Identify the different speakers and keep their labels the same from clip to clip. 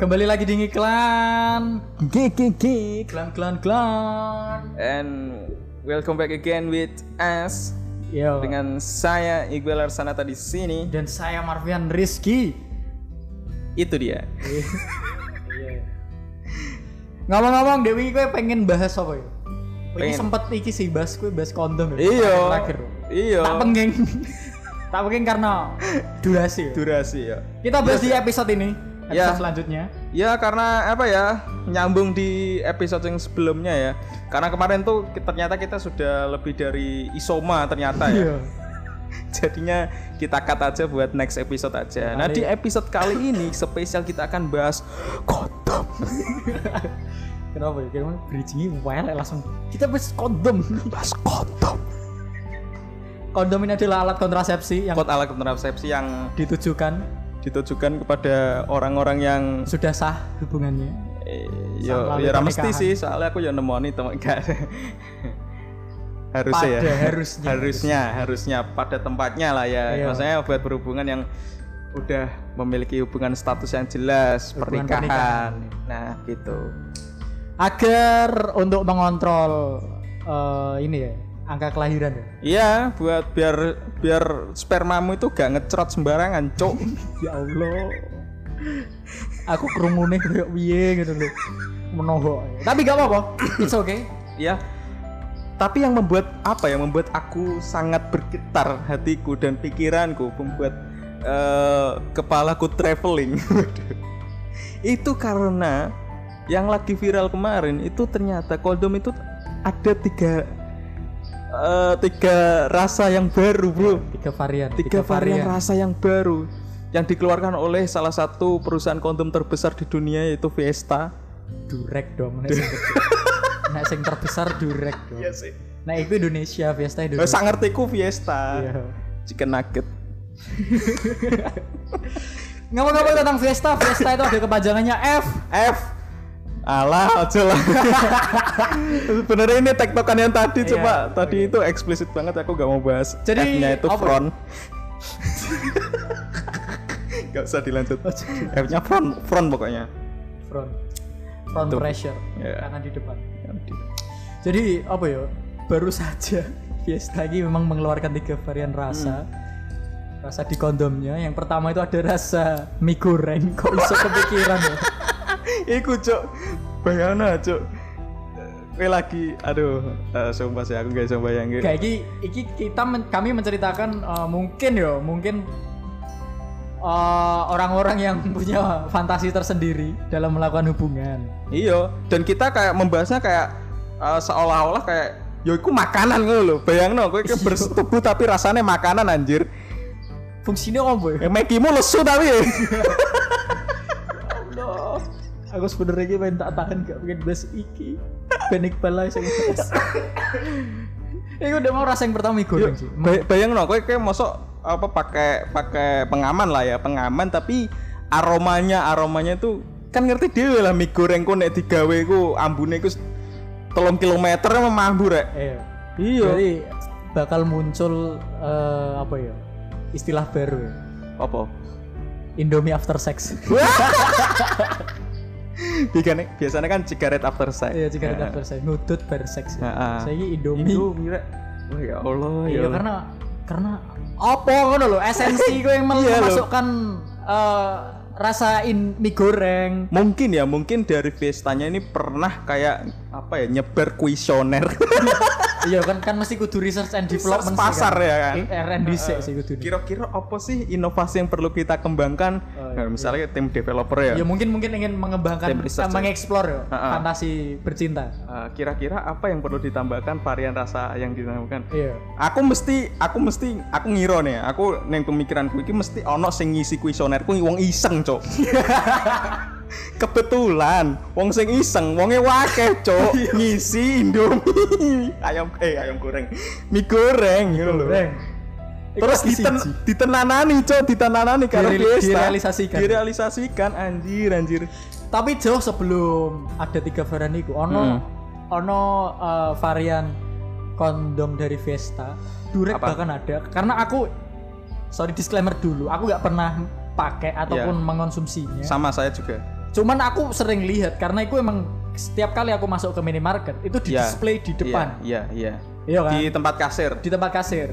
Speaker 1: Kembali lagi di ngiklan. Gik gik gik. Klan klan klan.
Speaker 2: And welcome back again with us
Speaker 1: Yo.
Speaker 2: dengan saya Iqbal Arsanata di sini.
Speaker 1: dan saya Marvian Rizky.
Speaker 2: Itu dia.
Speaker 1: Ngomong-ngomong Dewi gue pengen bahas apa ya? Pengen
Speaker 2: Pengen. Iya.
Speaker 1: sempet iki sih bahas gue bahas kondom ya.
Speaker 2: Iyo.
Speaker 1: Terakhir.
Speaker 2: Iyo.
Speaker 1: Tak penggeng. tak penggeng karena durasi. ya.
Speaker 2: Durasi ya.
Speaker 1: Kita bahas di episode ini. Episode
Speaker 2: Ya.
Speaker 1: selanjutnya.
Speaker 2: Ya karena apa ya nyambung di episode yang sebelumnya ya. Karena kemarin tuh ki- ternyata kita sudah lebih dari isoma ternyata ya.
Speaker 1: Iya.
Speaker 2: Jadinya kita cut aja buat next episode aja. Nah di episode kali ini spesial kita akan bahas kondom.
Speaker 1: Kenapa ya? Kenapa bridging wae eh, langsung kita bahas kondom.
Speaker 2: Bahas kondom.
Speaker 1: Kondom ini adalah alat kontrasepsi yang
Speaker 2: Kod ala kontrasepsi yang
Speaker 1: ditujukan
Speaker 2: ditujukan kepada orang-orang yang
Speaker 1: sudah sah hubungannya.
Speaker 2: Eh, yo
Speaker 1: Melalui
Speaker 2: ya ra mesti
Speaker 1: pernikahan.
Speaker 2: sih soalnya aku yang nemoni teman gak harusnya ya
Speaker 1: Pada harusnya.
Speaker 2: harusnya harusnya pada tempatnya lah ya
Speaker 1: Iya.
Speaker 2: maksudnya buat berhubungan yang udah memiliki hubungan status yang jelas
Speaker 1: Hubungan
Speaker 2: pernikahan. nah gitu
Speaker 1: Agar untuk mengontrol eh, ini ya, angka kelahiran ya.
Speaker 2: iya buat biar biar spermamu itu gak ngecrot sembarangan cok
Speaker 1: Ya Allah. Aku kerungune kayak piye gitu loh. Menohok. Tapi gak apa-apa. It's okay.
Speaker 2: ya tapi yang membuat apa ya membuat aku sangat bergetar hatiku dan pikiranku membuat eh, kepalaku traveling Waduh. itu karena yang lagi viral kemarin itu ternyata kondom itu ada tiga eh, tiga rasa yang baru bro
Speaker 1: Tiga varian,
Speaker 2: tiga varian rasa yang baru yang dikeluarkan oleh salah satu perusahaan kondom terbesar di dunia yaitu Fiesta
Speaker 1: Durek dong, nek sing kecil. Nek sing terbesar durek dong.
Speaker 2: sih
Speaker 1: Nah, itu Indonesia, Fiesta Indonesia.
Speaker 2: Sangat ngertiku Fiesta
Speaker 1: Iya.
Speaker 2: chicken nugget
Speaker 1: Ngomong-ngomong tentang Fiesta, Fiesta itu ada kepanjangannya F.
Speaker 2: F alah aja lah sebenarnya ini tektokan yang tadi
Speaker 1: Iya,
Speaker 2: coba tadi itu eksplisit banget aku gak mau bahas
Speaker 1: Jadi,
Speaker 2: F-nya itu
Speaker 1: apa?
Speaker 2: front gak usah dilanjut
Speaker 1: Oh,
Speaker 2: F-nya front front pokoknya
Speaker 1: Front. Front
Speaker 2: Tuh.
Speaker 1: pressure.
Speaker 2: Iya.
Speaker 1: Karena di depan. Jadi apa ya? Baru saja Fiesta ini memang mengeluarkan tiga varian rasa. Rasa di kondomnya. Yang pertama itu ada rasa mie goreng. Kok bisa kepikiran ya?
Speaker 2: Iku cok bayana cok Gue lagi, aduh, eh, sumpah sih aku gak bisa bayangin
Speaker 1: Kayak iki, iki kita men- kami menceritakan eh, mungkin ya, mungkin eh, orang-orang yang punya fantasi tersendiri dalam melakukan hubungan.
Speaker 2: Iya, dan kita kayak membahasnya kayak eh, seolah-olah kayak yo iku makanan ngono lho. Bayangno kowe
Speaker 1: Iya.
Speaker 2: iki bersetubuh tapi rasanya makanan anjir.
Speaker 1: Fungsinya apa ya?
Speaker 2: Eh, Mekimu lesu tapi. ya.
Speaker 1: Allah. Aku sebenarnya iki pengen tak tahan gak pengen bahas iki. Panik balai saya bahas. Iku udah mau rasa yang pertama mie
Speaker 2: Yo,
Speaker 1: goreng sih.
Speaker 2: bay- bayangno kowe kayak mosok apa pakai pakai pengaman lah ya, pengaman tapi aromanya aromanya tuh kan ngerti dhewe lah mie goreng ku nek digawe ku ambune ku telung kilometer emang mambu rek.
Speaker 1: Eh,
Speaker 2: Iya.
Speaker 1: Jadi bakal muncul eh, apa ya? Istilah baru ya.
Speaker 2: Apa?
Speaker 1: Indomie after sex.
Speaker 2: Biasanya, biasanya kan cigarette after Nah, sex.
Speaker 1: Iya, jika ada after sex, nutut bar sex. Ya.
Speaker 2: Heeh.
Speaker 1: Saya ini Indomie.
Speaker 2: Indomie rek. Oh ya Allah ya.
Speaker 1: Iya,
Speaker 2: Allah.
Speaker 1: karena karena apa ngono lho, esensi gue yang
Speaker 2: Iya lho.
Speaker 1: memasukkan eh, rasa in mie goreng.
Speaker 2: mungkin ya mungkin dari Vestanya ini pernah kayak apa ya nyebar kuesioner
Speaker 1: iya kan kan mesti kudu research and
Speaker 2: Research
Speaker 1: development
Speaker 2: pasar ya kan?
Speaker 1: R&D sih sih kudu ini.
Speaker 2: kira-kira apa sih inovasi yang perlu kita kembangkan
Speaker 1: Oh,
Speaker 2: Nah, misalnya tim developer ya
Speaker 1: ya mungkin mungkin ingin mengembangkan
Speaker 2: Tim
Speaker 1: eh,
Speaker 2: research ya.
Speaker 1: mengeksplor ya
Speaker 2: Ha-ha.
Speaker 1: fantasi bercinta
Speaker 2: Eh, kira-kira apa yang perlu ditambahkan varian rasa yang ditambahkan
Speaker 1: iya
Speaker 2: aku mesti aku mesti aku ngiro nih ya. aku neng pemikiranku ini mesti ono sing ngisi kuesionerku wong iseng cok kebetulan wong sing iseng wonge wakeh cok
Speaker 1: Iya.
Speaker 2: ngisi indomie ayam eh ayam goreng mie goreng gitu loh
Speaker 1: Goreng.
Speaker 2: terus
Speaker 1: Iku
Speaker 2: diten,
Speaker 1: siji.
Speaker 2: ditenanani cok ditenanani karena
Speaker 1: Direli-
Speaker 2: Fiesta.
Speaker 1: direalisasikan.
Speaker 2: direalisasikan Ya. anjir anjir
Speaker 1: tapi jauh sebelum ada tiga varian itu
Speaker 2: Hmm.
Speaker 1: ono ono eh, varian kondom dari Vesta Durek
Speaker 2: Apa?
Speaker 1: bahkan ada karena aku
Speaker 2: Iya.
Speaker 1: sorry disclaimer dulu aku nggak pernah pakai ataupun mengonsumsinya
Speaker 2: sama saya juga
Speaker 1: Cuman aku sering lihat karena itu emang setiap kali aku masuk ke minimarket itu di
Speaker 2: Ya.
Speaker 1: display di depan.
Speaker 2: Iya, iya.
Speaker 1: Iya
Speaker 2: iya.
Speaker 1: kan?
Speaker 2: Di tempat kasir.
Speaker 1: Di tempat kasir.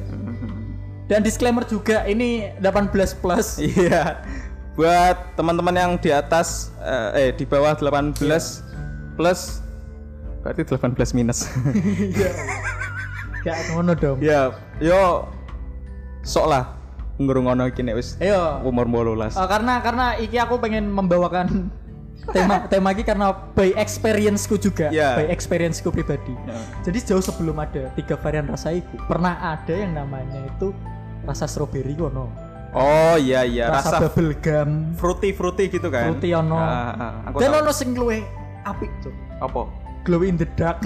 Speaker 1: Dan disclaimer juga ini 18 plus.
Speaker 2: Iya. Buat teman-teman yang di atas eh eh, di bawah 18 plus berarti 18 minus.
Speaker 1: Gak ngono dong.
Speaker 2: ya, yo sok lah ngrungono iki nek wis
Speaker 1: Ayo.
Speaker 2: umur 18.
Speaker 1: Eh, karena karena iki aku pengen membawakan tema tema ini karena by experience-ku juga,
Speaker 2: Ya.
Speaker 1: by experience-ku pribadi.
Speaker 2: Ya.
Speaker 1: Jadi jauh sebelum ada tiga varian rasa iku, pernah ada yang namanya itu rasa strawberry ono,
Speaker 2: Oh iya iya
Speaker 1: rasa,
Speaker 2: rasa,
Speaker 1: bubble gum,
Speaker 2: fruity fruity gitu kan.
Speaker 1: Fruity ono.
Speaker 2: Ah, ah, aku
Speaker 1: dan
Speaker 2: tahu.
Speaker 1: ono sing luwe apik cuk.
Speaker 2: apa?
Speaker 1: Glow in the dark.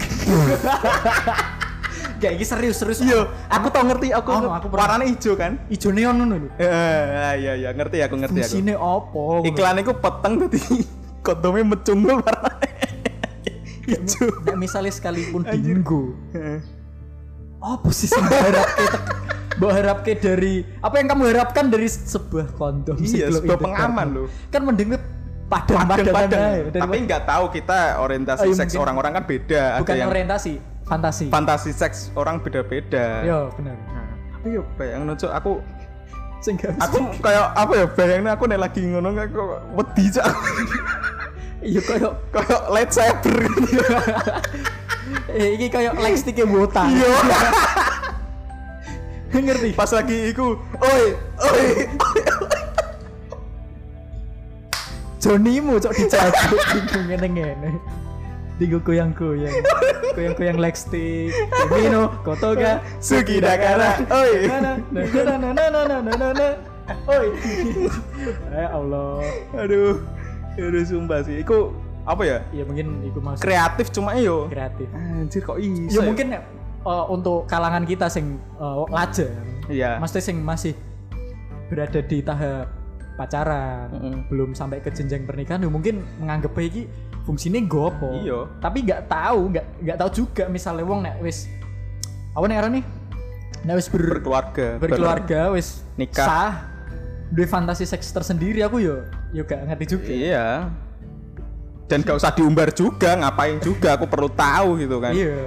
Speaker 1: Kayak ini serius serius.
Speaker 2: Iya, aku tau ngerti aku.
Speaker 1: Ono,
Speaker 2: ngerti.
Speaker 1: Oh, aku pernah.
Speaker 2: Warnanya hijau kan?
Speaker 1: Ijo neon ngono lho.
Speaker 2: Eh, iya iya ngerti aku ngerti aku.
Speaker 1: Fungsinya opo?
Speaker 2: Iklan iku peteng tadi kondomnya mecungul warnanya hijau.
Speaker 1: Nek misalnya sekalipun
Speaker 2: Anjir.
Speaker 1: dinggo. apa sih yang mbak harapke tek- mbak harapke dari apa yang kamu harapkan dari sebuah kondom
Speaker 2: Iya,
Speaker 1: sebelum
Speaker 2: sebuah
Speaker 1: itu
Speaker 2: pengaman
Speaker 1: datang?
Speaker 2: loh.
Speaker 1: kan mending padang padang,
Speaker 2: Padang-padang. Tapi
Speaker 1: tapi
Speaker 2: nggak tahu kita orientasi
Speaker 1: Oh, iya,
Speaker 2: seks
Speaker 1: mungkin.
Speaker 2: orang-orang kan beda.
Speaker 1: bukan
Speaker 2: Ada yang
Speaker 1: orientasi fantasi
Speaker 2: fantasi seks orang beda-beda.
Speaker 1: yo benar
Speaker 2: Nah, Tapi yo bayang nucuk aku
Speaker 1: sing gak bisa
Speaker 2: aku kayak apa ya bayangnya aku nek lagi ngono kayak kok wedi cak
Speaker 1: iya koyo
Speaker 2: kayak light saber gitu.
Speaker 1: eh, iki koyo lightstick-e botak
Speaker 2: Yo
Speaker 1: ngerti
Speaker 2: pas lagi iku oi oi
Speaker 1: Jonimu cok dicajuk dinggo ngene-ngene dinggo goyang-goyang goyang-goyang lightstick Mino Kotoga
Speaker 2: Sugidakara oi
Speaker 1: Oi. Ya Allah.
Speaker 2: aduh aduh sumpah sih iku apa ya
Speaker 1: Ya mungkin itu masuk
Speaker 2: kreatif cuma yo
Speaker 1: kreatif.
Speaker 2: anjir kok
Speaker 1: Ya
Speaker 2: iso
Speaker 1: mungkin eh, untuk kalangan kita sing eh, lajang.
Speaker 2: Iya.
Speaker 1: Maksudnya sing masih berada di tahap pacaran,
Speaker 2: Mm-mm.
Speaker 1: belum sampai ke jenjang pernikahan, ya mungkin menganggap iki fungsinya gopo.
Speaker 2: Iya.
Speaker 1: Tapi nggak tahu, nggak nggak tahu juga misalnya wong nek wis apa nek aran nih? Nek wis ber-
Speaker 2: berkeluarga
Speaker 1: berkeluarga wis
Speaker 2: Nikah.
Speaker 1: sah duwe fantasi seks tersendiri aku yo yo gak ngerti juga
Speaker 2: Iya. Dan gak usah diumbar juga, ngapain juga, aku perlu tahu gitu kan.
Speaker 1: Iya.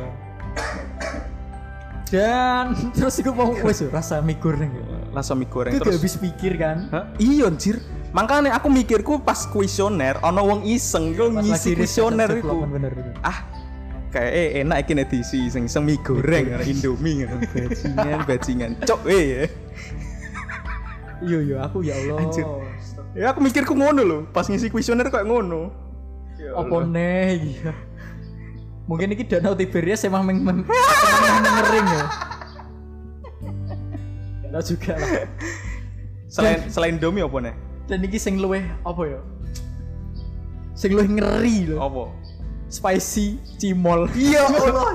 Speaker 1: dan terus aku mau wis yo rasa mie goreng yo.
Speaker 2: Rasa mie goreng
Speaker 1: aku gak
Speaker 2: terus.
Speaker 1: habis pikir kan
Speaker 2: Hah? Iya anjir. Makanya aku mikirku pas kuesioner ono wong iseng iku
Speaker 1: Pas
Speaker 2: ngisi
Speaker 1: lagi riset
Speaker 2: kuesioner
Speaker 1: cek
Speaker 2: iku.
Speaker 1: lapangan bener itu
Speaker 2: Ah, kayak eh, enak iki nek diisi iseng iseng mie goreng karo Indomie ngono. Bajingan, bajingan. Cok eh.
Speaker 1: iya iya aku ya Allah
Speaker 2: Anjir. Ya aku mikirku ngono loh, pas ngisi kuesioner kayak ngono. Ya
Speaker 1: apa
Speaker 2: Allah.
Speaker 1: neh iya mungkin ini danau Tiberias emang meng meng emang mengering ya Gak tau juga lah
Speaker 2: Selain selain Indomie apa nih?
Speaker 1: dan ini sing luweh apa ya sing luweh ngeri loh
Speaker 2: Apa?
Speaker 1: spicy cimol
Speaker 2: Iya Allah.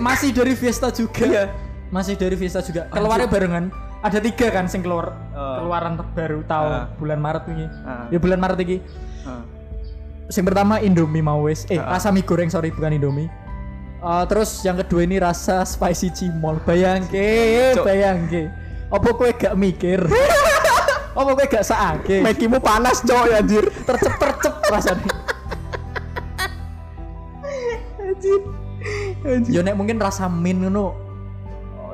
Speaker 1: masih dari Fiesta juga
Speaker 2: Iya.
Speaker 1: masih dari Fiesta juga keluarnya barengan ada tiga kan sing keluar
Speaker 2: Oh.
Speaker 1: keluaran terbaru tahun
Speaker 2: Ah.
Speaker 1: bulan Maret ini
Speaker 2: Ah.
Speaker 1: ya bulan Maret ini
Speaker 2: Ah.
Speaker 1: yang pertama Indomie mawes eh
Speaker 2: Ah.
Speaker 1: rasa mie goreng sorry bukan Indomie Eh, terus yang kedua ini rasa spicy cimol bayangke
Speaker 2: Cok.
Speaker 1: bayangke apa kue gak mikir apa kue gak saake
Speaker 2: Mekimu panas cowok ya anjir
Speaker 1: tercep tercep rasanya
Speaker 2: Anjir Anjir
Speaker 1: yo nek mungkin rasa min ngono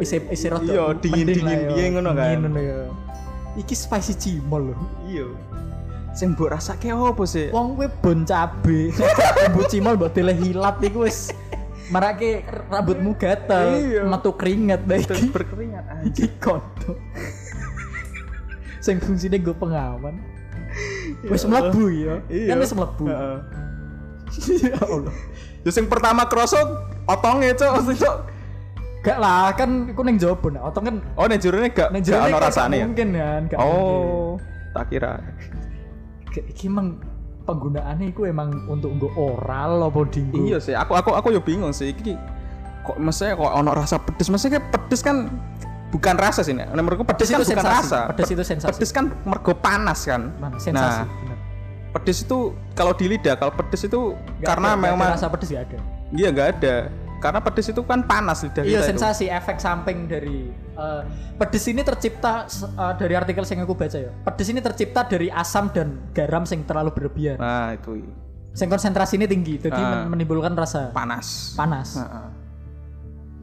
Speaker 1: isi isi rada
Speaker 2: Iya, dingin-
Speaker 1: mending lah
Speaker 2: dingin
Speaker 1: yo.
Speaker 2: piye ngono kan.
Speaker 1: Dingin ngono yo. iki spicy cimol lho
Speaker 2: Iya Sing mbok rasake apa sih?
Speaker 1: wong kowe bon cabe bumbu cimol mbok dile hilat iku wis marake rambutmu
Speaker 2: Iya.
Speaker 1: gatel metu keringet dah
Speaker 2: Terus
Speaker 1: iki
Speaker 2: berkeringat anjir.
Speaker 1: iki kondo sing fungsine gue pengaman wis
Speaker 2: Ya Allah.
Speaker 1: mlebu ya
Speaker 2: Iya
Speaker 1: kan wis mlebu
Speaker 2: Heeh.
Speaker 1: ya Allah
Speaker 2: Ya sing pertama kroso Otongnya cok Sing cok
Speaker 1: gak lah kan iku ning jaba nah otong kan
Speaker 2: Oh nek jurune gak
Speaker 1: ning
Speaker 2: Nek
Speaker 1: jaba
Speaker 2: jurune
Speaker 1: kan gak
Speaker 2: rasane ya
Speaker 1: mungkin kan gak mungkin.
Speaker 2: Oh Tak kira
Speaker 1: Ge- iki emang penggunaannya iku emang untuk nggo oral apa dinggo
Speaker 2: Iya sih Aku aku aku yo bingung sih Iki Kok maksudnya kok ono rasa pedes Maksudnya kayak pedes kan bukan rasa sih nek menurutku pedes,
Speaker 1: Pedes
Speaker 2: kan
Speaker 1: itu
Speaker 2: bukan
Speaker 1: sensasi.
Speaker 2: rasa
Speaker 1: Pedes itu sensasi.
Speaker 2: pedes kan mergo panas kan
Speaker 1: Bang, sensasi
Speaker 2: nah
Speaker 1: bener.
Speaker 2: pedes itu kalau di lidah kalau pedes itu
Speaker 1: Nggak ada-
Speaker 2: karena
Speaker 1: nggak ada
Speaker 2: memang
Speaker 1: rasa pedes gak ada
Speaker 2: Iya nggak ada. Karena pedes itu kan panas lidah
Speaker 1: Iya
Speaker 2: kita itu.
Speaker 1: sensasi efek samping dari eh, pedes ini tercipta s- eh, dari artikel yang aku baca ya. Pedes ini tercipta dari asam dan garam yang terlalu berlebihan.
Speaker 2: Nah, itu
Speaker 1: Yang konsentrasi ini tinggi, jadi
Speaker 2: Ah.
Speaker 1: men- menimbulkan rasa
Speaker 2: panas. Nah.
Speaker 1: panas.
Speaker 2: Heeh.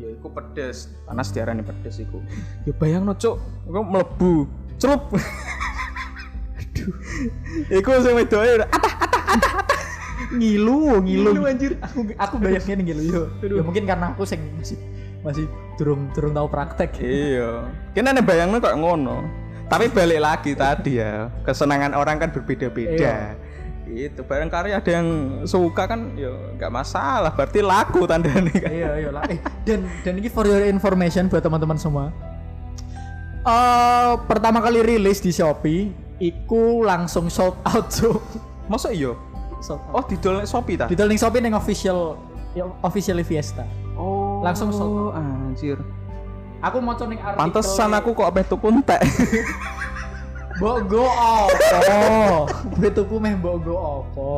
Speaker 2: Ya iku pedes. Panas diarani pedes iku. Ya bayangno, Cuk. Engko mlebu. Celup. Aduh. Iku sing wedoke atah
Speaker 1: Ngilu, ngilu.
Speaker 2: Ngilu, anjir.
Speaker 1: Aku, aku bayangnya nih ngilu yo. Ya mungkin karena aku sing masih masih durung durung tahu praktek.
Speaker 2: Iya. Kene nek bayangno kok ngono. Tapi balik lagi tadi ya, kesenangan orang kan berbeda-beda. Itu barangkali ada yang suka kan ya nggak masalah, berarti laku tandanya kan.
Speaker 1: iya iya lah eh, dan dan ini for your information buat teman-teman semua Eh, pertama kali rilis di Shopee iku langsung sold out tuh
Speaker 2: Masa iya?
Speaker 1: sold out
Speaker 2: Oh, didol nek Shopee ta?
Speaker 1: di Darling Shopee yang official ya, official Fiesta
Speaker 2: Oh,
Speaker 1: Langsung sold
Speaker 2: anjir.
Speaker 1: aku mau coning artikel
Speaker 2: Pantesan aku kok abeh tuku entek.
Speaker 1: bogo opo gue tuku meh bogo opo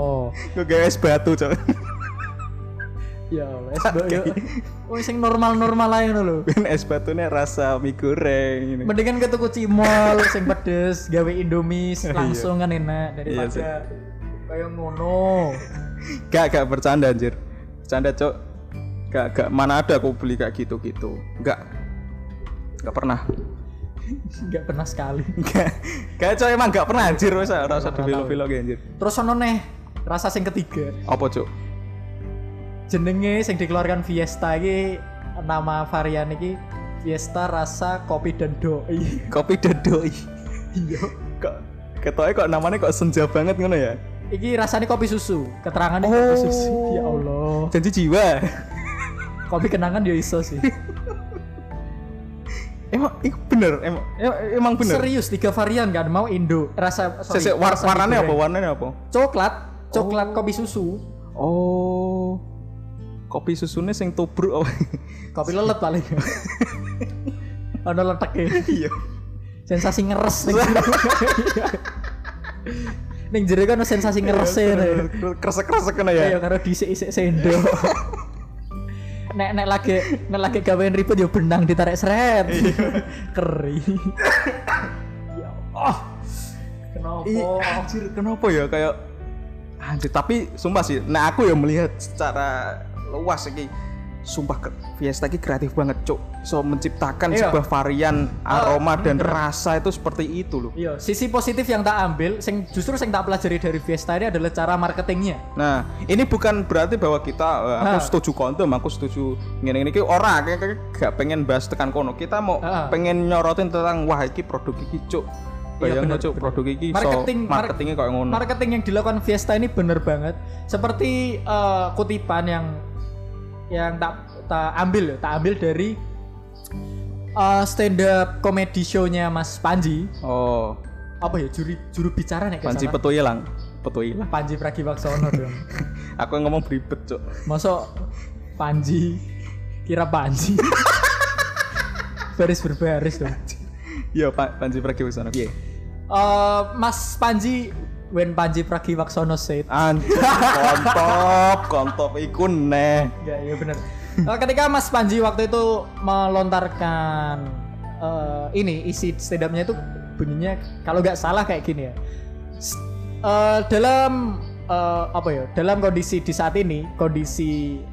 Speaker 2: Gue gawe es batu, Cok.
Speaker 1: ya wes mbok yo wong sing normal-normal ae ngono lho
Speaker 2: Ben es batune rasa mie goreng ini.
Speaker 1: mendingan ke tuku cimol sing pedes gawe indomie langsung kan enak
Speaker 2: Iya, sih.
Speaker 1: daripada kayak ngono
Speaker 2: Gak gak bercanda anjir. Bercanda, Cok. Gak gak mana ada aku beli kayak gitu-gitu. Gak. Gak pernah.
Speaker 1: nggak pernah sekali
Speaker 2: Gak. Gak Cok emang gak pernah anjir wes ora usah dibelok-belok anjir.
Speaker 1: terus ono neh rasa sing ketiga
Speaker 2: Apa, Cok?
Speaker 1: jenenge sing dikeluarkan Fiesta iki nama varian iki Fiesta rasa kopi dan doi
Speaker 2: Kopi dodoi.
Speaker 1: iya
Speaker 2: Kok ketoke kok namanya kok senja banget ngono ya?
Speaker 1: iki rasanya kopi susu keterangannya kopi
Speaker 2: Oh.
Speaker 1: susu ya Allah
Speaker 2: Janji jiwa.
Speaker 1: kopi kenangan ya iso sih
Speaker 2: Emang iku bener, emang em- emang bener.
Speaker 1: serius tiga varian kan mau Indo rasa sorry,
Speaker 2: Sese war-
Speaker 1: rasa
Speaker 2: warnanya apa?
Speaker 1: digoreng.
Speaker 2: Warnanya apa?
Speaker 1: coklat coklat kopi susu
Speaker 2: Oh. Kopi susunya sing tubruk apa?
Speaker 1: kopi lelet paling ono leteke
Speaker 2: Iya.
Speaker 1: sensasi ngeres ning jero. Ning jero kan ada sensasi ngeres
Speaker 2: Iya,
Speaker 1: ya.
Speaker 2: Kresek-kresek kena ya.
Speaker 1: Ayo karo dhisik-isik sendok. Nek nek lagi nek lagi gawean ribet ya benang ditarik seret. Keri. ya Allah.
Speaker 2: Ih,
Speaker 1: Kenapa?
Speaker 2: Ah, anjir, kenapa ya kayak anjir, tapi sumpah sih. Nah, aku ya melihat secara luas iki sumpah ke- Fiesta ini kreatif banget, Cuk. So menciptakan
Speaker 1: Iya. Ah,
Speaker 2: sebuah varian aroma dan rasa itu seperti itu loh.
Speaker 1: Iya, sisi positif yang tak ambil, sing justru yang tak pelajari dari Fiesta ini adalah cara marketingnya.
Speaker 2: Nah, ini bukan berarti bahwa kita eh, aku
Speaker 1: Ah.
Speaker 2: setuju kondom, aku setuju ngene-ngene iki ora kayak kayak gak pengen bahas tekan kono. Kita mau
Speaker 1: Ah.
Speaker 2: pengen nyorotin tentang wah iki produk iki, Cuk.
Speaker 1: Iya, bener,
Speaker 2: Bayangno, Cuk,
Speaker 1: bener.
Speaker 2: produk iki so,
Speaker 1: Marketing- mar-
Speaker 2: marketingnya kayak ngono.
Speaker 1: marketing yang dilakukan Fiesta ini bener banget seperti eh, kutipan yang yang tak tak ambil ya, tak ambil dari eh, stand up comedy show-nya Mas Panji
Speaker 2: oh,
Speaker 1: apa ya juri juru bicara nih
Speaker 2: panci
Speaker 1: Panji,
Speaker 2: petuilang. Petuilang.
Speaker 1: Panji Pragiwaksono dong
Speaker 2: aku yang ngomong beribet cok
Speaker 1: masa Panji kira Panji baris berbaris dong
Speaker 2: iya pak Panji Pragiwaksono iya
Speaker 1: Eh, Mas Panji when Panji Pragiwaksono said
Speaker 2: anjir kontop kontop iku neh
Speaker 1: Ya, iya benar. ketika Mas Panji waktu itu melontarkan eh, ini isi stand up-nya itu bunyinya kalau nggak salah kayak gini ya. S- eh, dalam eh, apa ya? Dalam kondisi di saat ini, kondisi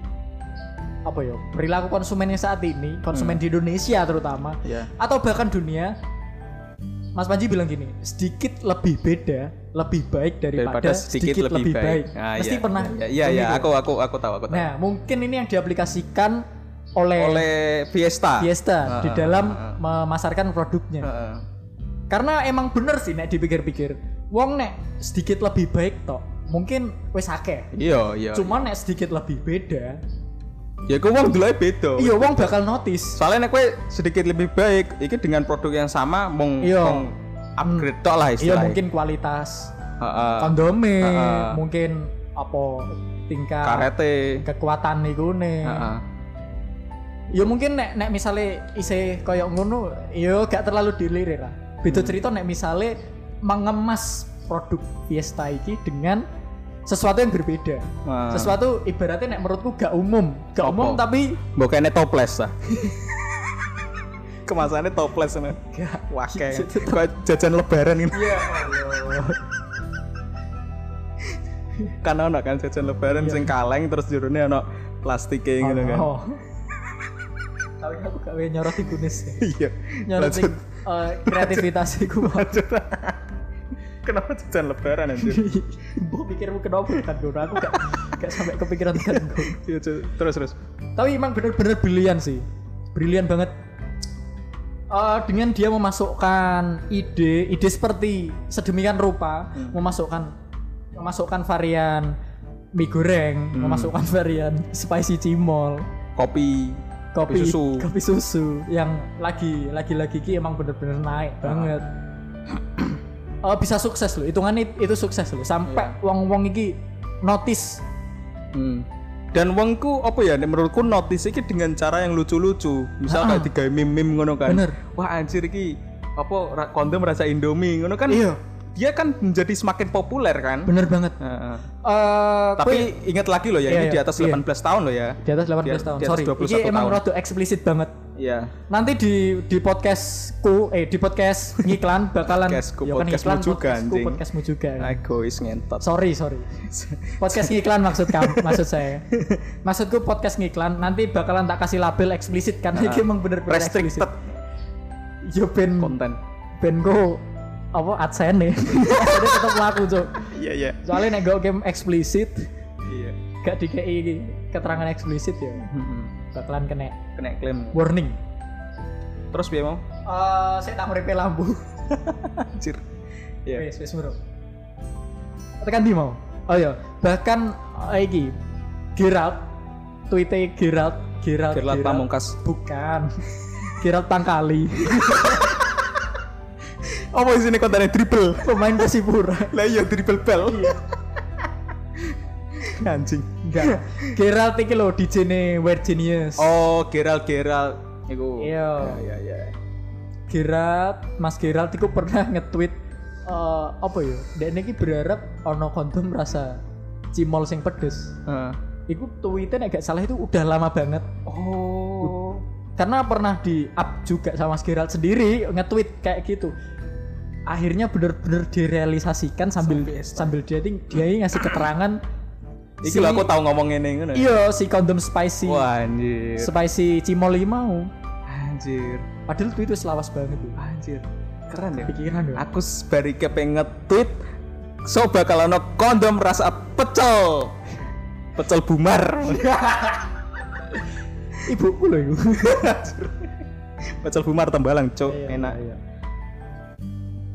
Speaker 1: apa ya? Perilaku konsumennya saat ini, konsumen di Indonesia terutama
Speaker 2: Iya.
Speaker 1: atau bahkan dunia Mas Panji bilang gini, sedikit lebih beda, lebih baik daripada, sedikit, lebih, baik. Ya,
Speaker 2: Ah,
Speaker 1: Mesti
Speaker 2: iya,
Speaker 1: pernah.
Speaker 2: iya iya, iya,
Speaker 1: dengar.
Speaker 2: aku aku aku tahu aku tahu
Speaker 1: Nah, mungkin ini yang diaplikasikan oleh,
Speaker 2: oleh Fiesta
Speaker 1: Fiesta di
Speaker 2: Ah,
Speaker 1: dalam
Speaker 2: ah,
Speaker 1: memasarkan produknya.
Speaker 2: Heeh.
Speaker 1: Karena emang bener sih nek dipikir-pikir. Wong nek sedikit lebih baik tok, mungkin wis akeh.
Speaker 2: iya iya
Speaker 1: Cuman nek sedikit lebih beda,
Speaker 2: ya aku wong dulu beda
Speaker 1: iya wong bakal notice.
Speaker 2: soalnya nek kowe sedikit lebih baik iki dengan produk yang sama mong
Speaker 1: Iya.
Speaker 2: mong upgrade tok lah
Speaker 1: Iya
Speaker 2: istilahnya
Speaker 1: mungkin kualitas
Speaker 2: Heeh.
Speaker 1: kondome,
Speaker 2: Heeh.
Speaker 1: mungkin apa tingkat
Speaker 2: karete
Speaker 1: kekuatan iku nih.
Speaker 2: Heeh.
Speaker 1: Ya mungkin nek nek misale isi koyo ngono, ya gak terlalu dilirik lah.
Speaker 2: Hmm.
Speaker 1: Beda cerita nek misale mengemas produk Fiesta iki dengan sesuatu yang berbeda.
Speaker 2: Wah.
Speaker 1: Sesuatu ibaratnya nek menurutku gak umum, gak
Speaker 2: Apa?
Speaker 1: umum tapi
Speaker 2: Bokene toples ah. Kemasannya toples men. Wakai. Kayak jajan lebaran gitu.
Speaker 1: ya Allah.
Speaker 2: Kan ono kan jajan lebaran sing kaleng terus jurune ono plastiknya gitu kan.
Speaker 1: Oh. Tapi aku gak pengen nyoroti kunis. ya.
Speaker 2: Iya.
Speaker 1: Nyoroti
Speaker 2: Lanjut.
Speaker 1: eh, kreativitas iku.
Speaker 2: Lanjut. Kenapa jajan lebaran anjir?
Speaker 1: Mbok pikirmu kenapa kan Gon? Aku gak gak sampai kepikiran kan Gon.
Speaker 2: Iya, cu- terus terus.
Speaker 1: Tapi emang bener-bener brilian sih. Brilian banget. Eh, dengan dia memasukkan ide, ide seperti sedemikian rupa
Speaker 2: Hmm.
Speaker 1: memasukkan memasukkan varian mie goreng,
Speaker 2: Hmm.
Speaker 1: memasukkan varian spicy cimol,
Speaker 2: Kopi
Speaker 1: kopi
Speaker 2: susu.
Speaker 1: kopi susu yang lagi lagi-lagi ki emang bener-bener naik
Speaker 2: Ah.
Speaker 1: banget. Eh, bisa sukses loh, hitungan it- itu sukses loh. Sampai
Speaker 2: Iya.
Speaker 1: wong-wong iki notice
Speaker 2: Hmm. Dan wongku apa ya nek menurutku notice iki dengan cara yang lucu-lucu. Misal kayak digawe meme-meme ngono kan.
Speaker 1: Bener.
Speaker 2: Wah anjir iki apa ra- kondo merasa Indomie ngono kan.
Speaker 1: Iya.
Speaker 2: Dia kan menjadi semakin populer kan.
Speaker 1: bener banget.
Speaker 2: Heeh.
Speaker 1: Eh,
Speaker 2: Tapi
Speaker 1: kue-
Speaker 2: ingat lagi loh ya,
Speaker 1: Iya,
Speaker 2: ini di
Speaker 1: iya,
Speaker 2: atas
Speaker 1: iya.
Speaker 2: 18 tahun loh ya.
Speaker 1: di atas 18 tahun.
Speaker 2: Di atas
Speaker 1: Sorry.
Speaker 2: 21
Speaker 1: Ini emang
Speaker 2: tahun.
Speaker 1: rada eksplisit banget.
Speaker 2: Iya.
Speaker 1: Nanti di di podcastku eh di podcast ngiklan bakalan
Speaker 2: Podcastku,
Speaker 1: Ya
Speaker 2: podcastmu juga,
Speaker 1: podcastku,
Speaker 2: anjing.
Speaker 1: podcastmu juga. kan?
Speaker 2: Egois ngentot.
Speaker 1: Sorry, sorry. Podcast ngiklan maksud kamu, maksud saya. Maksudku podcast ngiklan nanti bakalan tak kasih label eksplisit karena ini emang bener-bener eksplisit.
Speaker 2: Ah. Restricted
Speaker 1: Yo ben
Speaker 2: konten.
Speaker 1: ben go apa adsense nih. Jadi tetap laku, Cuk.
Speaker 2: Iya, iya.
Speaker 1: Soalnya nek go game eksplisit
Speaker 2: Iya.
Speaker 1: gak dikei keterangan eksplisit ya
Speaker 2: Mm-mm.
Speaker 1: bakalan kena
Speaker 2: Kena klaim.
Speaker 1: warning.
Speaker 2: Terus piye mau?
Speaker 1: Eh, saya tak meripe lampu.
Speaker 2: Anjir. Iya.
Speaker 1: Wes, wes muru. Tekan di mau. Oh iya, bahkan eh, iki Geralt tweete Geralt Geralt
Speaker 2: Gerlat Pamungkas.
Speaker 1: bukan. Geralt Tangkali,
Speaker 2: Apa isine kontennya triple?
Speaker 1: pemain Persipura.
Speaker 2: Lah iya triple bell. Anjing.
Speaker 1: Enggak. Geralt iki lho DJ-ne Weird Genius.
Speaker 2: Oh, Geralt Geralt iku.
Speaker 1: Iya.
Speaker 2: Iya, iya.
Speaker 1: Geralt, Mas Geralt iku pernah nge-tweet eh, apa ya? Dekne iki berharap ono kondom rasa cimol sing pedes.
Speaker 2: Heeh.
Speaker 1: Iku tweetnya nek gak salah itu udah lama banget.
Speaker 2: Oh.
Speaker 1: karena pernah di up juga sama Mas Gerald sendiri nge-tweet kayak gitu akhirnya bener-bener direalisasikan sambil sambil dia ting- dia ngasih keterangan
Speaker 2: Iki lho aku tau ngomong ngene ngono. ya?
Speaker 1: iya si kondom spicy
Speaker 2: Wah, iya. anjir.
Speaker 1: spicy cimol iki mau
Speaker 2: Anjir.
Speaker 1: padahal tweet itu selawas banget tuh
Speaker 2: Anjir. Keren ya.
Speaker 1: pikiran ya
Speaker 2: Aku sebari kepengen tweet so bakal ono kondom rasa pecel. Pecel bumar.
Speaker 1: ibuku loh itu
Speaker 2: pecel bumar tembalang, cok.
Speaker 1: Iya,
Speaker 2: Enak.
Speaker 1: iya.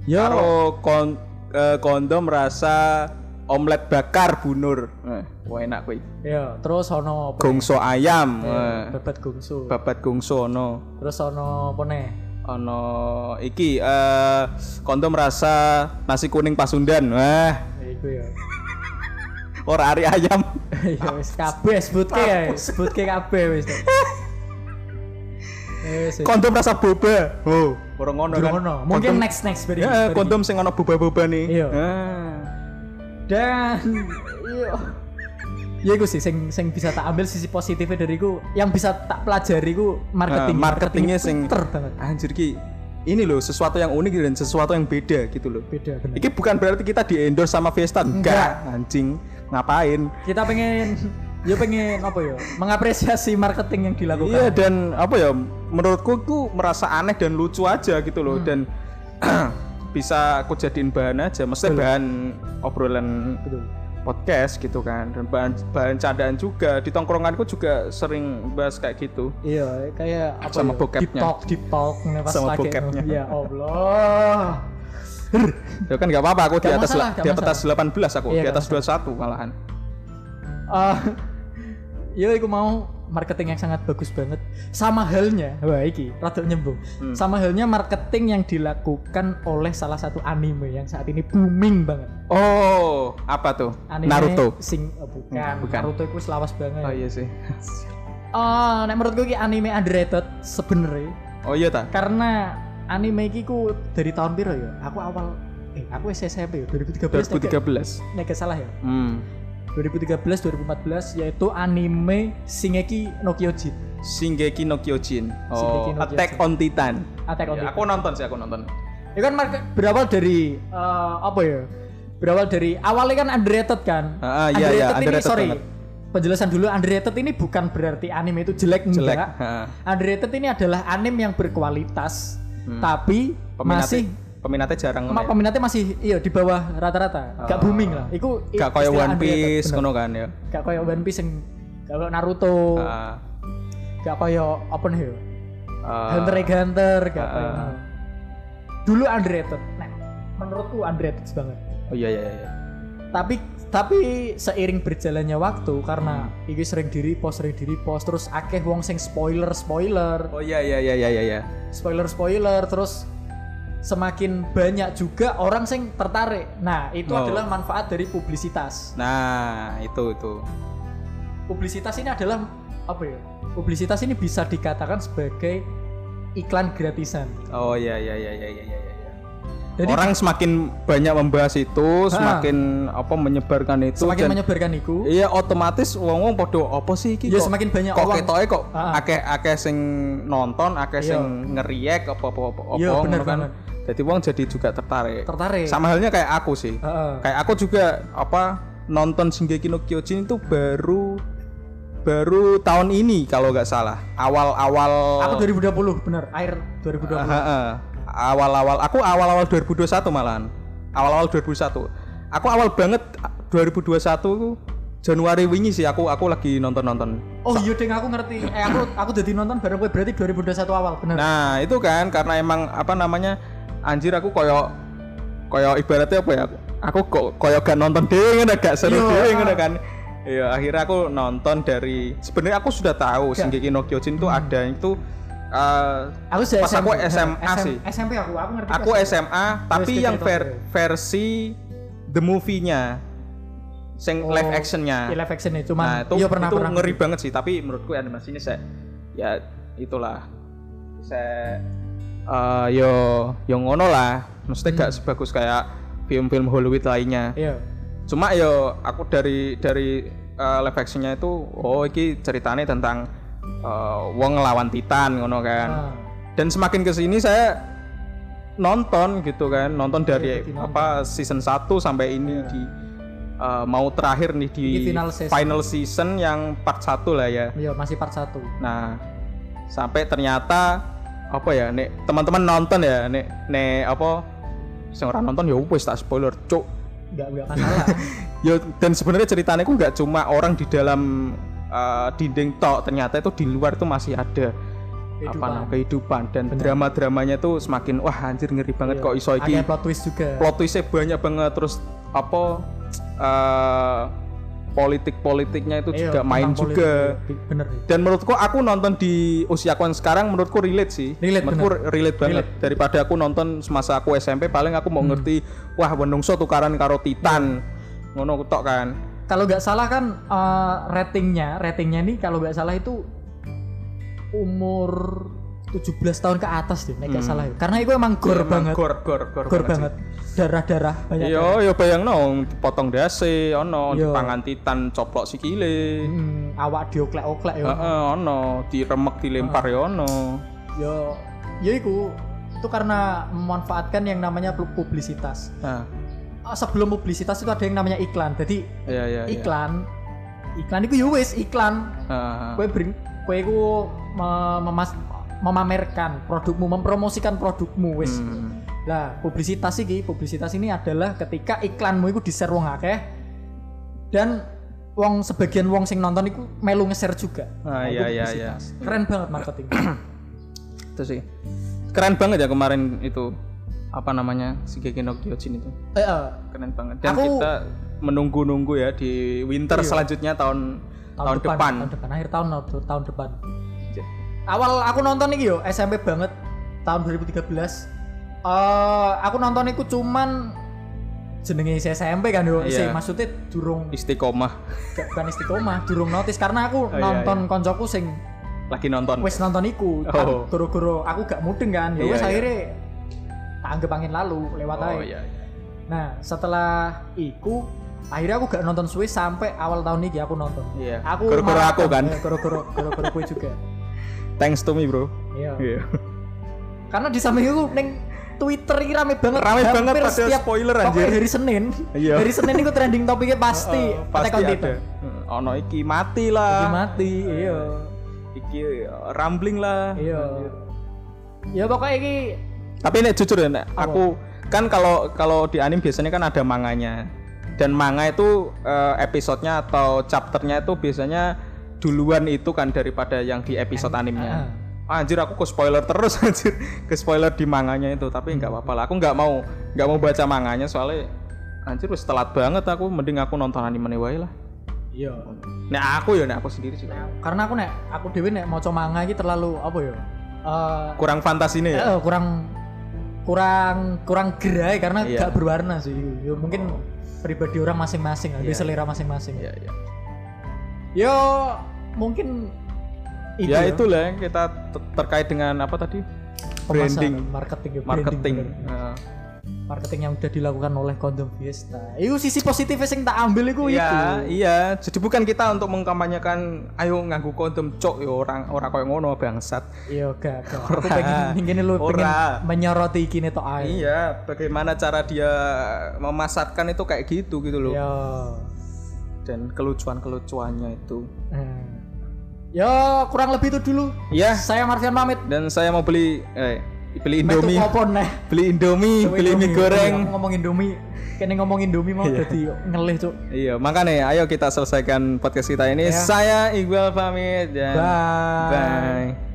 Speaker 1: ya
Speaker 2: Karo kon eh, kondom rasa omelet bakar bunur. Eh, wah enak kuwi.
Speaker 1: ya terus ono apa?
Speaker 2: Gongso ayam. Wah.
Speaker 1: babat gungsu
Speaker 2: babat gongso ono
Speaker 1: terus ono apa nih?
Speaker 2: ono iki eh kondom rasa nasi kuning pasundan wah
Speaker 1: Ya, iku ya
Speaker 2: ora ari ayam
Speaker 1: Ya wis kabeh sebutke ya, sebutke kabeh wis. Eh, wis.
Speaker 2: kondom rasa boba oh ora ngono
Speaker 1: Durung
Speaker 2: kan
Speaker 1: ono. Mungkin
Speaker 2: Kondom-
Speaker 1: next next beri.
Speaker 2: ya
Speaker 1: beri.
Speaker 2: kondom sing ono boba-boba nih
Speaker 1: Iya.
Speaker 2: Ah.
Speaker 1: dan iya. Ya iku sih sing sing bisa tak ambil sisi positifnya dari ku, yang bisa tak pelajari ku marketing.
Speaker 2: Eh, marketingnya sing-
Speaker 1: pinter banget.
Speaker 2: anjir ki ini loh sesuatu yang unik dan sesuatu yang beda gitu loh
Speaker 1: Beda bener.
Speaker 2: Iki bukan berarti kita di endorse sama Fiesta enggak anjing ngapain
Speaker 1: Kita pengen ya pengen apa ya? Mengapresiasi marketing yang
Speaker 2: Iya
Speaker 1: dilakukan.
Speaker 2: dan apa ya menurutku itu merasa aneh dan lucu aja gitu
Speaker 1: Hmm.
Speaker 2: loh dan bisa aku jadiin bahan aja mesti bahan obrolan
Speaker 1: Betul.
Speaker 2: podcast gitu kan dan bahan bahan candaan juga di tongkronganku juga sering bahas kayak gitu
Speaker 1: Iya, kayak apa ya?
Speaker 2: Sama bokepnya.
Speaker 1: Deep talk, deep talk nih pas
Speaker 2: Sama
Speaker 1: lagi.
Speaker 2: bokepnya.
Speaker 1: Ya Allah.
Speaker 2: ya kan nggak apa-apa aku di
Speaker 1: Nggak
Speaker 2: atas
Speaker 1: masalah,
Speaker 2: la-
Speaker 1: nggak
Speaker 2: di atas 18 aku
Speaker 1: Iya,
Speaker 2: di
Speaker 1: nggak
Speaker 2: atas 21 malahan
Speaker 1: Eh, ya iku mau marketing yang sangat bagus banget sama halnya wah iki rada nyembung
Speaker 2: Hmm.
Speaker 1: sama halnya marketing yang dilakukan oleh salah satu anime yang saat ini booming banget
Speaker 2: oh apa tuh
Speaker 1: anime
Speaker 2: Naruto
Speaker 1: sing eh, bukan,
Speaker 2: Hmm, bukan.
Speaker 1: Naruto itu selawas banget
Speaker 2: oh iya sih
Speaker 1: Eh, nek menurutku iki anime underrated sebenarnya
Speaker 2: oh iya ta
Speaker 1: karena anime iki ku dari tahun piro ya aku awal eh aku SMP ya 2013 nek
Speaker 2: 2013
Speaker 1: nek gak salah ya
Speaker 2: hmm
Speaker 1: 2013 2014 yaitu anime Shingeki no Kyojin.
Speaker 2: Shingeki no Kyojin.
Speaker 1: Shingeki
Speaker 2: Oh,
Speaker 1: no
Speaker 2: Attack on Titan.
Speaker 1: Attack on
Speaker 2: Ya,
Speaker 1: Titan.
Speaker 2: aku nonton sih, aku nonton.
Speaker 1: Ya kan mereka berawal dari eh, apa ya? Berawal dari awalnya kan underrated kan?
Speaker 2: Ah, ah, iya, iya,
Speaker 1: ini
Speaker 2: underrated
Speaker 1: sorry.
Speaker 2: banget.
Speaker 1: Penjelasan dulu underrated ini bukan berarti anime itu jelek,
Speaker 2: Jelek.
Speaker 1: enggak.
Speaker 2: Ha.
Speaker 1: Underrated ini adalah anime yang berkualitas tapi
Speaker 2: Hmm. Peminatnya-
Speaker 1: masih
Speaker 2: peminatnya jarang
Speaker 1: ma-
Speaker 2: ngono.
Speaker 1: peminatnya masih iya di bawah rata-rata. Gak
Speaker 2: Ah.
Speaker 1: booming lah. Iku i-
Speaker 2: Gak kayak
Speaker 1: istilah
Speaker 2: One
Speaker 1: underrated,
Speaker 2: Piece
Speaker 1: bener. Oh.
Speaker 2: ngono kan ya.
Speaker 1: Gak kayak One Piece yang gak kayak Naruto,
Speaker 2: Ah,
Speaker 1: gak kayak apa nih? ya?
Speaker 2: ah,
Speaker 1: Hunter x Hunter, gak
Speaker 2: Ah.
Speaker 1: kayak gitu. dulu underrated. Nah, menurutku underrated banget.
Speaker 2: oh iya iya iya.
Speaker 1: Tapi tapi seiring berjalannya waktu karena iki sering diri post sering diri post terus akeh wong sing spoiler spoiler
Speaker 2: Oh iya iya iya iya iya, iya.
Speaker 1: spoiler spoiler terus semakin banyak juga orang sing tertarik. Nah, itu
Speaker 2: Oh.
Speaker 1: adalah manfaat dari publisitas.
Speaker 2: Nah, itu itu.
Speaker 1: Publisitas ini adalah apa ya? Publisitas ini bisa dikatakan sebagai iklan gratisan.
Speaker 2: Oh iya iya iya iya iya iya. iya.
Speaker 1: Jadi-
Speaker 2: Orang semakin banyak membahas itu,
Speaker 1: Ha.
Speaker 2: semakin apa menyebarkan itu
Speaker 1: Semakin
Speaker 2: dan-
Speaker 1: menyebarkan iku,
Speaker 2: Iya otomatis wong-wong podo apa sih iki
Speaker 1: Ya,
Speaker 2: kok-
Speaker 1: semakin banyak
Speaker 2: kok
Speaker 1: orang.
Speaker 2: ketoke kok
Speaker 1: Ah.
Speaker 2: akeh-akeh sing nonton, akeh
Speaker 1: Iya.
Speaker 2: sing ngeriak apa-apa apa
Speaker 1: Iya, bener
Speaker 2: ngono kan.
Speaker 1: banget.
Speaker 2: Jadi wong jadi juga tertarik.
Speaker 1: tertarik.
Speaker 2: Sama halnya kayak aku sih.
Speaker 1: Heeh.
Speaker 2: Kayak aku juga apa nonton Shingeki no Kyojin itu baru baru tahun ini kalau nggak salah. Awal-awal
Speaker 1: Aku 2020 bener, air 2020.
Speaker 2: Ah, ah, ah. Awal-awal aku awal-awal 2021 malahan. Awal-awal 2021. Aku awal banget 2021 Januari wingi sih aku aku lagi nonton-nonton.
Speaker 1: Oh iya deng aku ngerti. Eh aku aku jadi nonton bareng kowe berarti 2021 awal bener.
Speaker 2: Nah, itu kan karena emang apa namanya? Anjir aku koyo koyo ibaratnya apa ya? Aku kok koyo gak nonton dhewe ngono gak seru
Speaker 1: Iya,
Speaker 2: dhewe
Speaker 1: ah.
Speaker 2: ngono kan. Iya, akhirnya aku nonton dari sebenarnya aku sudah tahu
Speaker 1: Gak.
Speaker 2: Shingeki no Kyojin itu
Speaker 1: Hmm.
Speaker 2: ada itu eh,
Speaker 1: aku se-
Speaker 2: Pas aku SMA
Speaker 1: SM
Speaker 2: sih.
Speaker 1: SMP aku aku ngerti.
Speaker 2: Aku
Speaker 1: iya.
Speaker 2: SMA tapi
Speaker 1: Terus
Speaker 2: yang
Speaker 1: kita
Speaker 2: ver-
Speaker 1: cerita.
Speaker 2: versi the movie-nya. Sing
Speaker 1: Oh,
Speaker 2: live
Speaker 1: ya,
Speaker 2: action-nya.
Speaker 1: live action ya, cuman
Speaker 2: Nah, itu,
Speaker 1: iya pernah
Speaker 2: itu
Speaker 1: pernah.
Speaker 2: ngeri banget sih, tapi menurutku animasinya saya ya itulah. Saya eh, yo yo ngono lah.
Speaker 1: Hmm.
Speaker 2: Mesti gak sebagus kayak film-film Hollywood lainnya.
Speaker 1: Iya.
Speaker 2: Cuma yo aku dari dari eh, live action-nya itu oh iki ceritanya tentang eh, wong ngelawan titan ngono kan
Speaker 1: Ah.
Speaker 2: dan semakin kesini saya nonton gitu kan nonton
Speaker 1: Iya,
Speaker 2: dari
Speaker 1: ikuti nonton.
Speaker 2: apa season 1 sampai ini di uh, mau terakhir nih di
Speaker 1: Iya. Ini final season.
Speaker 2: final season yang part 1 lah ya
Speaker 1: Iya, masih part 1.
Speaker 2: nah sampai ternyata apa ya nek teman-teman nonton ya nek nek apa sing ora nonton ya wis tak spoiler cuk
Speaker 1: Enggak enggak masalah.
Speaker 2: ya dan sebenarnya ceritanya itu nggak cuma orang di dalam uh, dinding tok ternyata itu di luar itu masih ada apa
Speaker 1: Kehidupan.
Speaker 2: namanya kehidupan dan drama-dramanya itu semakin wah anjir ngeri banget
Speaker 1: Iya.
Speaker 2: kok iso iki
Speaker 1: Ada plot twist juga.
Speaker 2: plot twistnya banyak banget terus apa eh, politik-politiknya itu
Speaker 1: Iya,
Speaker 2: juga main
Speaker 1: tentang
Speaker 2: juga
Speaker 1: politik, iya. Bener. iya.
Speaker 2: dan menurutku aku nonton di usiaku yang sekarang menurutku relate sih
Speaker 1: Relate,
Speaker 2: menurutku relate banget daripada aku nonton semasa aku SMP paling aku
Speaker 1: Hmm.
Speaker 2: mau ngerti wah menungso tukaran karo titan
Speaker 1: Iya.
Speaker 2: ngono tok kan
Speaker 1: Kalau nggak salah kan eh, ratingnya, ratingnya nih kalau nggak salah itu umur 17 tahun ke atas deh, nek nggak salah ya. Karena itu emang gore
Speaker 2: Hmm. Iya, Emang
Speaker 1: banget.
Speaker 2: gor gor gor,
Speaker 1: Gor
Speaker 2: banget sih.
Speaker 1: banget. Darah-darah banyak.
Speaker 2: Iya, ya bayangno potong dasi, ono
Speaker 1: Iya.
Speaker 2: dipangan titan coplok sikile.
Speaker 1: Hmm, awak dioklek-oklek ya.
Speaker 2: Heeh, ono diremek dilempar ya ono.
Speaker 1: Ya, ya iku itu karena memanfaatkan yang namanya pu- publisitas.
Speaker 2: Nah,
Speaker 1: Ah, Sebelum publisitas itu ada yang namanya iklan. Jadi
Speaker 2: iya iya. Ah, iya.
Speaker 1: iklan iklan itu ya wis iklan.
Speaker 2: Heeh.
Speaker 1: Kowe bring kowe iku me- memas memamerkan produkmu, mempromosikan produkmu wis.
Speaker 2: Hmm.
Speaker 1: Lah, publisitas iki, publisitas ini adalah ketika iklanmu itu di-share wong akeh dan wong sebagian wong sing nonton iku melu nge-share juga. Nah,
Speaker 2: Ah, iya,
Speaker 1: itu
Speaker 2: iya,
Speaker 1: publisitas. Keren banget marketing.
Speaker 2: Itu sih. Keren banget ya kemarin itu apa namanya Shingeki no Kyojin itu.
Speaker 1: Eh, eh,
Speaker 2: Keren banget. Dan
Speaker 1: Aku- Iya.
Speaker 2: kita menunggu-nunggu ya di winter selanjutnya tahun tahun, depan.
Speaker 1: tahun depan akhir tahun atau tahun depan awal aku nonton iki yo SMP banget tahun 2013 eh aku nonton iku cuman jenenge isih SMP kan yo isih
Speaker 2: Iya.
Speaker 1: maksudnya durung
Speaker 2: Istiqomah
Speaker 1: gak- bukan istiqomah durung notis karena aku
Speaker 2: iya,
Speaker 1: nonton koncoku sing
Speaker 2: lagi nonton.
Speaker 1: wis nonton iku
Speaker 2: Oh.
Speaker 1: Tapi goro-goro aku gak mudeng kan ya
Speaker 2: Iya,
Speaker 1: wis
Speaker 2: iya.
Speaker 1: akhirnya tak anggap angin lalu lewat aja
Speaker 2: oh iya. iya.
Speaker 1: Nah, setelah iku akhirnya aku gak nonton suwe sampai awal tahun ini aku nonton
Speaker 2: Iya.
Speaker 1: aku
Speaker 2: Gara-gara
Speaker 1: maraton.
Speaker 2: aku kan?
Speaker 1: Eh, gara-gara gara-gara gue juga
Speaker 2: Thanks to me, bro.
Speaker 1: iya
Speaker 2: Iya.
Speaker 1: karena di samping itu neng Twitter ini rame banget
Speaker 2: Rame
Speaker 1: Hampir
Speaker 2: banget, padahal
Speaker 1: setiap
Speaker 2: spoiler,
Speaker 1: pokoknya
Speaker 2: anjir.
Speaker 1: hari Senin
Speaker 2: Iya.
Speaker 1: hari Senin itu trending topiknya pasti
Speaker 2: Eh, pasti
Speaker 1: Attack on
Speaker 2: ada.
Speaker 1: Titan.
Speaker 2: Heeh. Ono iki mati
Speaker 1: Jadi
Speaker 2: lah.
Speaker 1: mati iya
Speaker 2: Iki rambling lah.
Speaker 1: iya ya pokoknya ini
Speaker 2: Tapi nek jujur ya, nek aku kan kalau kalau di anime biasanya kan ada manganya. Dan manga itu eh, episodenya atau chapternya itu biasanya duluan itu kan daripada yang di episode
Speaker 1: ah,
Speaker 2: animenya. Ah, Anjir aku ke spoiler terus anjir ke spoiler di manganya itu tapi nggak
Speaker 1: Hmm.
Speaker 2: apa-apa lah aku nggak mau nggak mau baca manganya soalnya anjir wis telat banget aku mending aku nonton anime wae lah.
Speaker 1: iya
Speaker 2: Nek aku ya nek aku sendiri sih
Speaker 1: karena aku nek aku dewi nek mau manga ini terlalu apa ya Eh,
Speaker 2: kurang fantasinya ya.
Speaker 1: Eh, kurang kurang kurang gerai karena
Speaker 2: Iya. Oh.
Speaker 1: gak berwarna sih. Ya, mungkin pribadi orang masing-masing, ada selera masing-masing.
Speaker 2: Iya iya.
Speaker 1: Yo mungkin itu
Speaker 2: ya itulah yang kita ter- terkait dengan apa tadi
Speaker 1: pemasaran,
Speaker 2: branding
Speaker 1: marketing, ya, branding,
Speaker 2: marketing
Speaker 1: bener.
Speaker 2: Nah,
Speaker 1: marketing yang udah dilakukan oleh Condom Fiesta. Itu sisi positifnya sing tak ambil itu
Speaker 2: iya
Speaker 1: itu.
Speaker 2: iya jadi bukan kita untuk mengkampanyekan ayo nganggu kondom cok ya orang orang koyo ngono bangsat
Speaker 1: Iya, gak, gak. Aku pengen ingin lu pengen
Speaker 2: Ora.
Speaker 1: menyoroti kini to ae.
Speaker 2: iya bagaimana cara dia memasarkan itu kayak gitu gitu loh
Speaker 1: Yo.
Speaker 2: dan kelucuan kelucuannya itu
Speaker 1: Eh. Yo, kurang lebih itu dulu.
Speaker 2: iya
Speaker 1: Saya Marvian pamit.
Speaker 2: dan saya mau beli eh, beli
Speaker 1: Metu
Speaker 2: indomie
Speaker 1: kopon neh.
Speaker 2: beli indomie beli mie goreng
Speaker 1: Aku ngomong Indomie kene ngomong Indomie mau jadi ngelih cuk
Speaker 2: iya makanya ayo kita selesaikan podcast kita
Speaker 1: Iya.
Speaker 2: ini saya Iqbal pamit dan
Speaker 1: bye
Speaker 2: Eh. bye.